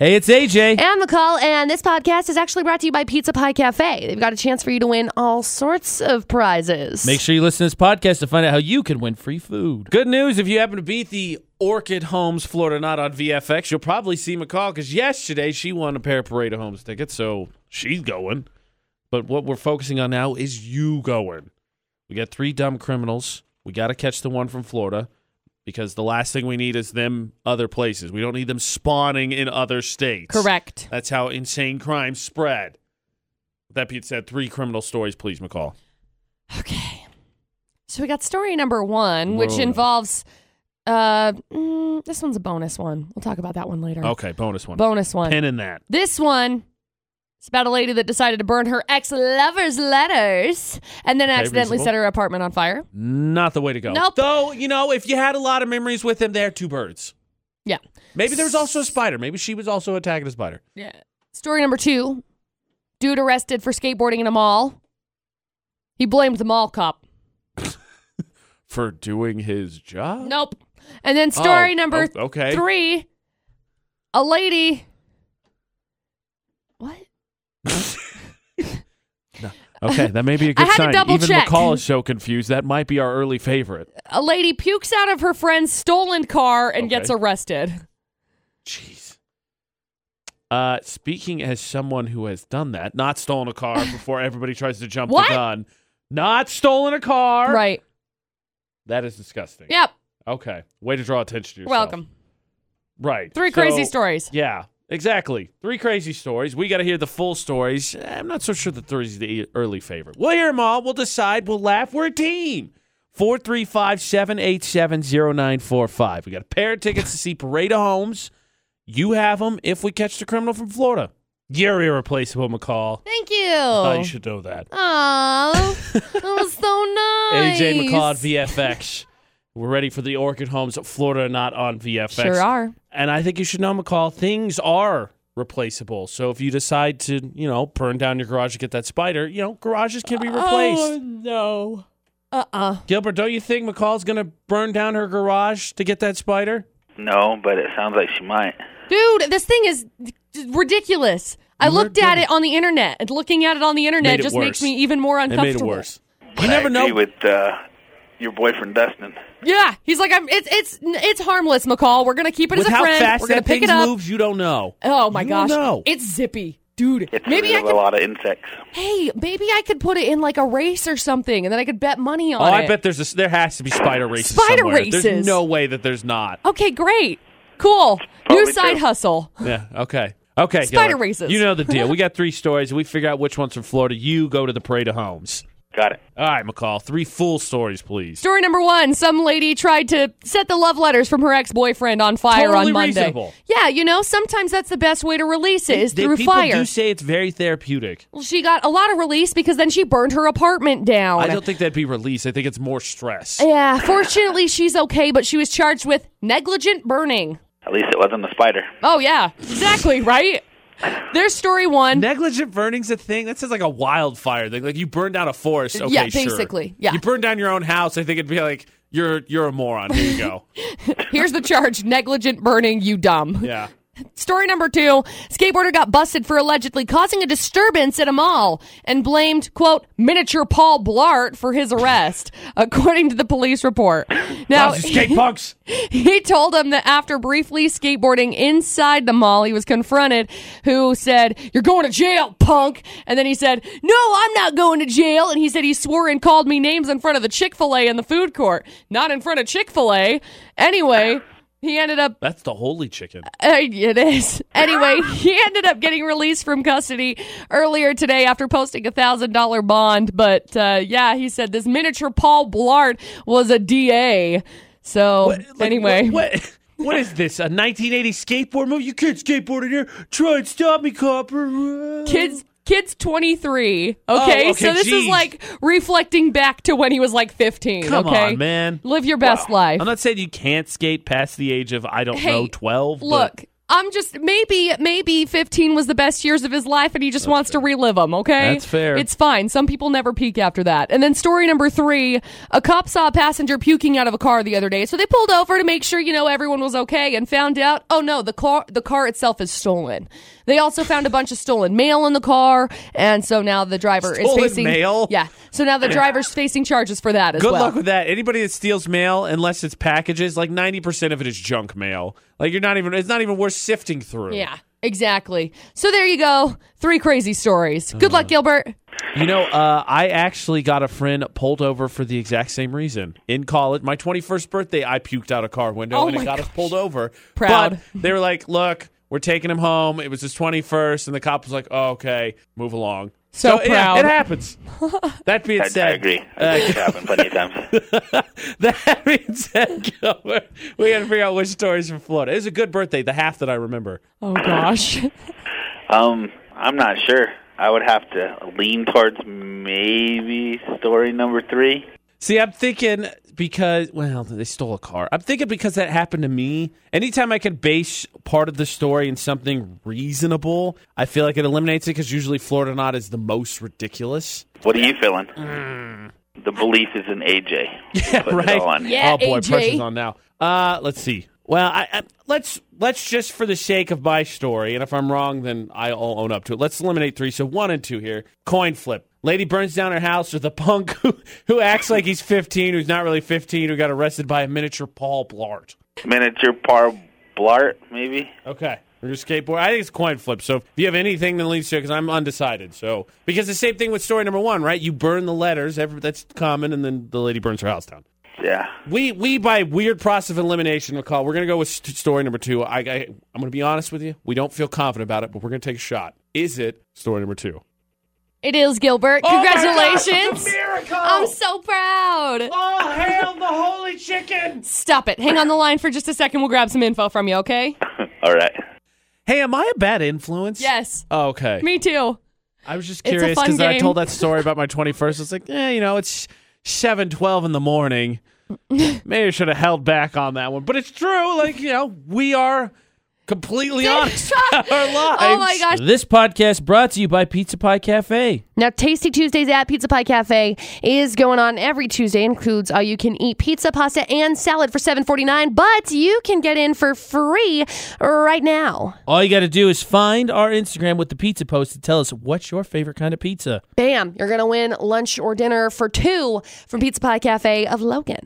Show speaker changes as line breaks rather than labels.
Hey, it's AJ.
And McCall, and this podcast is actually brought to you by Pizza Pie Cafe. They've got a chance for you to win all sorts of prizes.
Make sure you listen to this podcast to find out how you can win free food.
Good news if you happen to beat the Orchid Homes Florida Knot on VFX, you'll probably see McCall because yesterday she won a pair of Parade of Homes tickets, so she's going. But what we're focusing on now is you going. We got three dumb criminals. We got to catch the one from Florida because the last thing we need is them other places. We don't need them spawning in other states.
Correct.
That's how insane crime spread. With that being said, three criminal stories, please, McCall.
Okay. So we got story number one, which
Roll it up.
involves uh, mm, this one's a bonus one. We'll talk about that one later.
Okay, bonus one.
Bonus one.
Pin in that.
This one is about a lady that decided to burn her ex lover's letters and then accidentally
reasonable.
set her apartment on fire.
Not the way to go.
Nope.
Though, you know, if you had a lot of memories with him, there are two birds.
Yeah.
Maybe there was also a spider. Maybe she was also attacking a spider.
Yeah. Story number two dude arrested for skateboarding in a mall. He blamed the mall cop.
For doing his job?
Nope. And then story
Oh,
number
oh, okay.
three a lady. What?
Okay, that may be a good
I had to
sign.
double
Even
check.
McCall is so confused. That might be our early favorite.
A lady pukes out of her friend's stolen car and
Okay.
gets arrested.
Jeez. Uh, speaking as someone who has done that, not stolen a car before everybody tries to jump
What?
the gun. Not stolen a car.
Right.
That is disgusting.
Yep.
Okay. Way to draw attention to yourself.
Welcome.
Right.
Three crazy
So-
stories.
Yeah, exactly. Three crazy stories. We got to hear the full stories. Eh, I'm not so sure that three's the early favorite. We'll hear them all. We'll decide. We'll laugh. We're a team. 435 787 0945. We got a pair of tickets to see Parade of Homes. You have them if we catch the criminal from Florida. You're irreplaceable, McCall.
Thank
Oh, you
you.
should know that.
Oh, that was so nice.
AJ McCall at VFX. We're ready for the Orchid Homes Florida or Not on VFX.
Sure are.
And I think you should know, McCall, things are replaceable. So if you decide to, you know, burn down your garage to get that spider, you know, garages can be replaced.
Oh, no. Uh uh
Gilbert, don't you think McCall's going to burn down her garage to get that spider?
No, but it sounds like she might.
Dude, this thing is ridiculous. I looked at it on the internet, and looking at it on the internet
Made it
just
worse.
makes me even more
It made
uncomfortable.
it worse.
But
never
I agree
know.
with uh, your boyfriend Dustin.
Yeah, he's like, I'm. It's it's it's harmless, McCall. We're gonna keep it
With
as a
how
friend.
fast
We're gonna
that
pick
thing
it up.
moves, you don't know.
Oh my
You don't
gosh,
know.
it's zippy, dude.
It's
maybe
rid
I
of a
could.
lot of insects.
Hey, maybe I could put it in like a race or something, and then I could bet money on
Oh,
it.
I bet there's a, there has to be spider races.
Spider
somewhere. There's
races.
no way that there's not.
Okay, great, cool. New
Probably
side
true.
hustle.
Yeah. Okay. Okay.
Spider
Gilbert.
races.
You know the deal. We got three stories. We figure out which one's from Florida. You go to the parade of homes.
Got it.
All right, McCall. Three full stories, please.
Story number one: Some lady tried to set the love letters from her ex-boyfriend on fire
Totally
on Monday.
reasonable.
Yeah, you know, sometimes that's the best way to release it is
They-
through
people
fire.
do say it's very therapeutic.
Well, she got a lot of release because then she burned her apartment down.
I don't think that'd be released. I think it's more stress.
yeah, fortunately she's okay, but she was charged with negligent burning.
At least it wasn't a spider.
Oh yeah, exactly right. There's story one.
Negligent burning's a thing. That sounds like a wildfire thing. Like you burned down a forest. Okay,
Yeah,
sure.
basically, yeah.
You burned down your own house. I think it'd be like you're you're a moron. Here you go.
Here's the charge: negligent burning. You dumb.
yeah.
Story number two: skateboarder got busted for allegedly causing a disturbance at a mall and blamed quote miniature Paul Blart for his arrest, according to the police report. Now,
Lousy skate punks.
He told him that after briefly skateboarding inside the mall, he was confronted, who said, You're going to jail, punk. And then he said, No, I'm not going to jail. And he said he swore and called me names in front of the Chick fil A in the food court, not in front of Chick fil A. Anyway, he ended up
That's the holy chicken.
uh, it is. Anyway, he ended up getting released from custody earlier today after posting a thousand dollar bond. But uh, yeah, he said this miniature Paul Blart was a DA. So
Like,
anyway,
what, what- what is this? A 1980 skateboard movie? You can't skateboard in here. Try and stop me, copper.
kids. Kids 23. Okay?
Oh, okay,
so this
geez.
is like reflecting back to when he was like 15.
Come
okay,
on, man.
Live your best life.
I'm not saying you can't skate past the age of I don't
Hey,
know 12. but-
Look, I'm just maybe maybe 15 was the best years of his life, and he just wants to relive them. Okay,
That's fair.
It's fine. Some people never peak after that. And then story number three: a cop saw a passenger puking out of a car the other day, so they pulled over to make sure you know everyone was okay, and found out oh no the car the car itself is stolen. They also found a bunch of stolen mail in the car, and so now the driver
Stolen
is facing
mail?
Yeah, so now the driver's facing charges for that as
Good
well.
luck with that. Anybody that steals mail, unless it's packages, like ninety percent of it is junk mail. Like you're not even. It's not even worth sifting through.
Yeah, exactly. So there you go. Three crazy stories. Good luck, Gilbert.
You know, uh, I actually got a friend pulled over for the exact same reason in college. My 21st birthday, I puked out a car window
Oh
and it
my
got us pulled over.
Proud.
But they were like, "Look, we're taking him home. It was his 21st," and the cop was like, oh, "Okay, move along."
So
yeah,
proud.
it happens. That being
I, I
said,
agree.
uh,
I think it's happened plenty of times.
that being said, Gilbert, we got to figure out which stories from Florida. It was a good birthday, the half that I remember.
Oh gosh.
Um, I'm not sure. I would have to lean towards maybe story number three.
See, I'm thinking because well, they stole a car. I'm thinking because that happened to me. Anytime I can base part of the story in something reasonable, I feel like it eliminates it because usually Florida not is the most ridiculous.
What are you feeling? The belief is in AJ. Yeah,
right?
Yeah,
oh boy,
AJ.
pressure's on now. Uh, let's see. Well, I, I, let's let's just for the sake of my story, and if I'm wrong, then I'll own up to it. Let's eliminate three. So one and two here. Coin flip. Lady burns down her house with a punk who, who acts like he's 15, who's not really 15, who got arrested by a miniature Paul Blart.
Miniature par blart, maybe.
Okay. Or your skateboard. I think it's coin flip. So if you have anything that leads to it, because I'm undecided. So because the same thing with story number one, right? You burn the letters. Every, that's common, and then the lady burns her house down.
Yeah.
We we by weird process of elimination, McCall. We're gonna go with st- story number two. I, I I'm gonna be honest with you. We don't feel confident about it, but we're gonna take a shot. Is it story number two?
It is Gilbert.
Oh
Congratulations.
miracle!
I'm so proud.
All hail the holy chicken!
Stop it. Hang on the line for just a second. We'll grab some info from you, okay?
All right.
Hey, am I a bad influence?
Yes.
Oh, okay.
Me too.
I was just
It's a
curious
fun
because I
game.
told that story about my 21st. It's like, eh, you know, it's seven twelve in the morning. Maybe I should have held back on that one, but it's true. Like, you know, we are completely honest about our lives.
Oh my gosh.
This podcast brought to you by Pizza Pie Cafe.
Now, Tasty Tuesdays at Pizza Pie Cafe is going on every Tuesday. Includes all you can eat pizza, pasta, and salad for seven forty nine. But you can get in for free right now.
All you got to do is find our Instagram with the pizza post and tell us what's your favorite kind of pizza.
Bam! You're gonna win lunch or dinner for two from Pizza Pie Cafe of Logan.